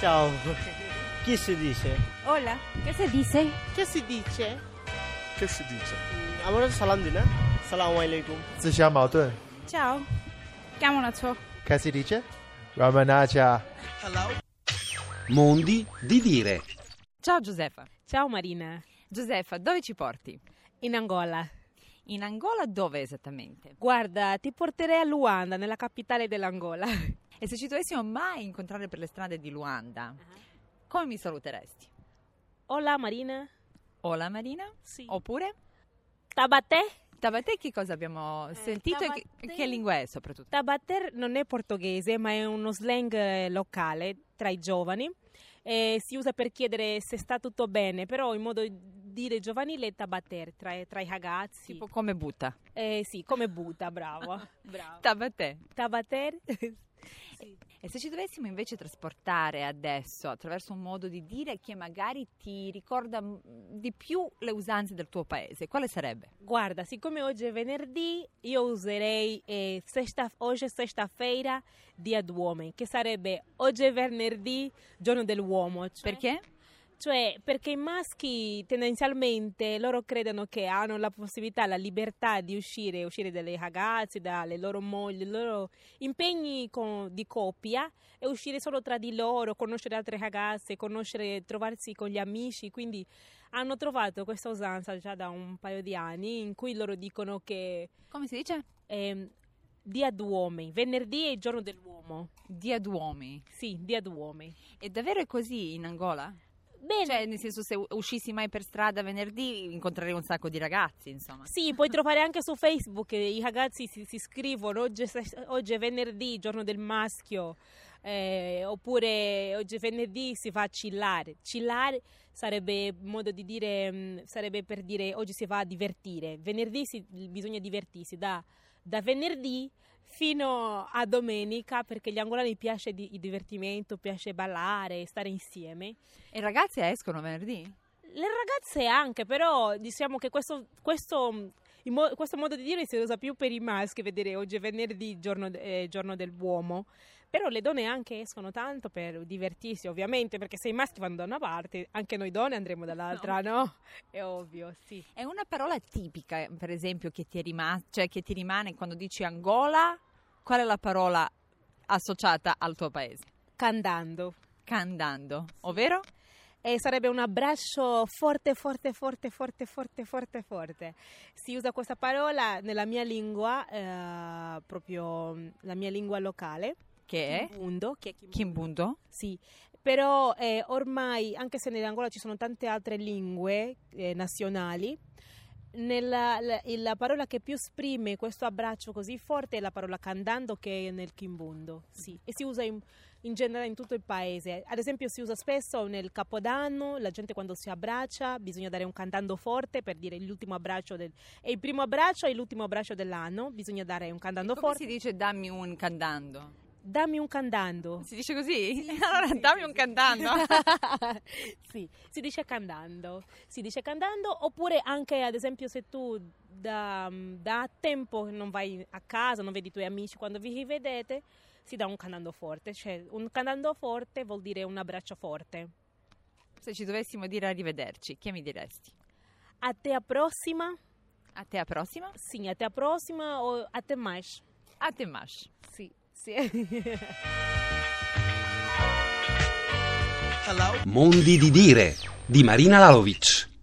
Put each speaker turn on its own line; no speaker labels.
Ciao. Chi si dice?
Hola, ¿qué se dice?
Che si dice?
Che si dice?
আমরা তো সালাম দিই না সালাম আলাইকুম
自相矛盾。
Ciao. Chiamo la ciò.
Che si dice? Ramanacha.
Mondi di dire.
Ciao Giuseppa.
Ciao Marina.
Giuseppa, dove ci porti?
In Angola.
In Angola dove esattamente?
Guarda, ti porterei a Luanda, nella capitale dell'Angola.
E se ci dovessimo mai incontrare per le strade di Luanda, come mi saluteresti?
Hola Marina. Oh,
Hola Marina?
Sì.
Oppure?
Tabatè?
Tabatè che cosa abbiamo sentito e che,
Tabatè.
che lingua è soprattutto?
Tabater non è portoghese, ma è uno slang eh, locale tra i giovani. E si usa per chiedere se sta tutto bene, però in modo di dire giovanile è tabater tra, tra i ragazzi.
Tipo come butta.
Eh, sì, come Buddha, bravo. bravo.
Tabatè.
tabater?
E se ci dovessimo invece trasportare adesso attraverso un modo di dire che magari ti ricorda mm, di più le usanze del tuo paese, quale sarebbe?
Guarda, siccome oggi è venerdì, io userei eh, sesta- oggi è sesta-feira, dia d'uomo, che sarebbe oggi è venerdì, giorno dell'uomo. cioè-
Perché?
Cioè, perché i maschi tendenzialmente loro credono che hanno la possibilità, la libertà di uscire, uscire dalle ragazze, dalle loro mogli, dai loro impegni con- di coppia e uscire solo tra di loro, conoscere altre ragazze, conoscere, trovarsi con gli amici. Quindi hanno trovato questa usanza già da un paio di anni in cui loro dicono che
Come si dice?
ehm, dia d'uomini, venerdì è il giorno dell'uomo.
Dia d'uomini.
Sì, dia d'uomini.
E davvero è così in Angola?
Bene.
Cioè, nel senso, se u- uscissi mai per strada venerdì, incontrerei un sacco di ragazzi, insomma.
Sì, puoi trovare anche su Facebook, eh, i ragazzi si, si scrivono oggi, è se- oggi è venerdì, giorno del maschio, eh, oppure oggi è venerdì si va a chillare. Chillare sarebbe modo di dire, mh, sarebbe per dire oggi si va a divertire. Venerdì si- bisogna divertirsi da, da venerdì fino a domenica perché agli angolani piace di- il divertimento, piace ballare, stare insieme.
E ragazze escono venerdì?
Le ragazze anche, però diciamo che questo, questo- il mo- questo modo di dire si usa più per i maschi, vedere oggi è venerdì, giorno, de- eh, giorno dell'uomo, però le donne anche escono tanto per divertirsi ovviamente, perché se i maschi vanno da una parte, anche noi donne andremo dall'altra, no? È ovvio, sì.
È una parola tipica, eh, per esempio, che ti, è rima- cioè, che ti rimane quando dici Angola. Qual è la parola associata al tuo paese?
Cantando.
Candando, ovvero?
E sarebbe un abbraccio forte, forte, forte, forte, forte, forte, forte. Si usa questa parola nella mia lingua, eh, proprio mm, la mia lingua locale.
Che è?
Kimbundo, che è Kimbundo.
Kimbundo.
Sì, però eh, ormai, anche se nell'Angola ci sono tante altre lingue eh, nazionali, nella- la, la parola che più esprime questo abbraccio così forte è la parola candando che è nel Kimbundo, sì, e si usa in, in generale in tutto il paese. Ad esempio si usa spesso nel Capodanno, la gente quando si abbraccia bisogna dare un candando forte per dire l'ultimo abbraccio del... è il primo abbraccio e l'ultimo abbraccio dell'anno, bisogna dare un candando
Come
forte.
si dice dammi un candando?
Dammi un candando.
Si dice così?
Sì, sì,
allora
sì,
dammi
sì,
un
sì.
candando.
sì, si dice cantando, si dice cantando oppure anche ad esempio se tu da, da tempo che non vai a casa, non vedi i tuoi amici, quando vi rivedete si dà un cantando forte, cioè un cantando forte vuol dire un abbraccio forte.
Se ci dovessimo dire arrivederci, che mi diresti?
A te a prossima,
A te a prossima?
sì, a te a prossima o a te mais.
A te mash.
Sì, sì.
Mondi di dire di Marina Lalovic.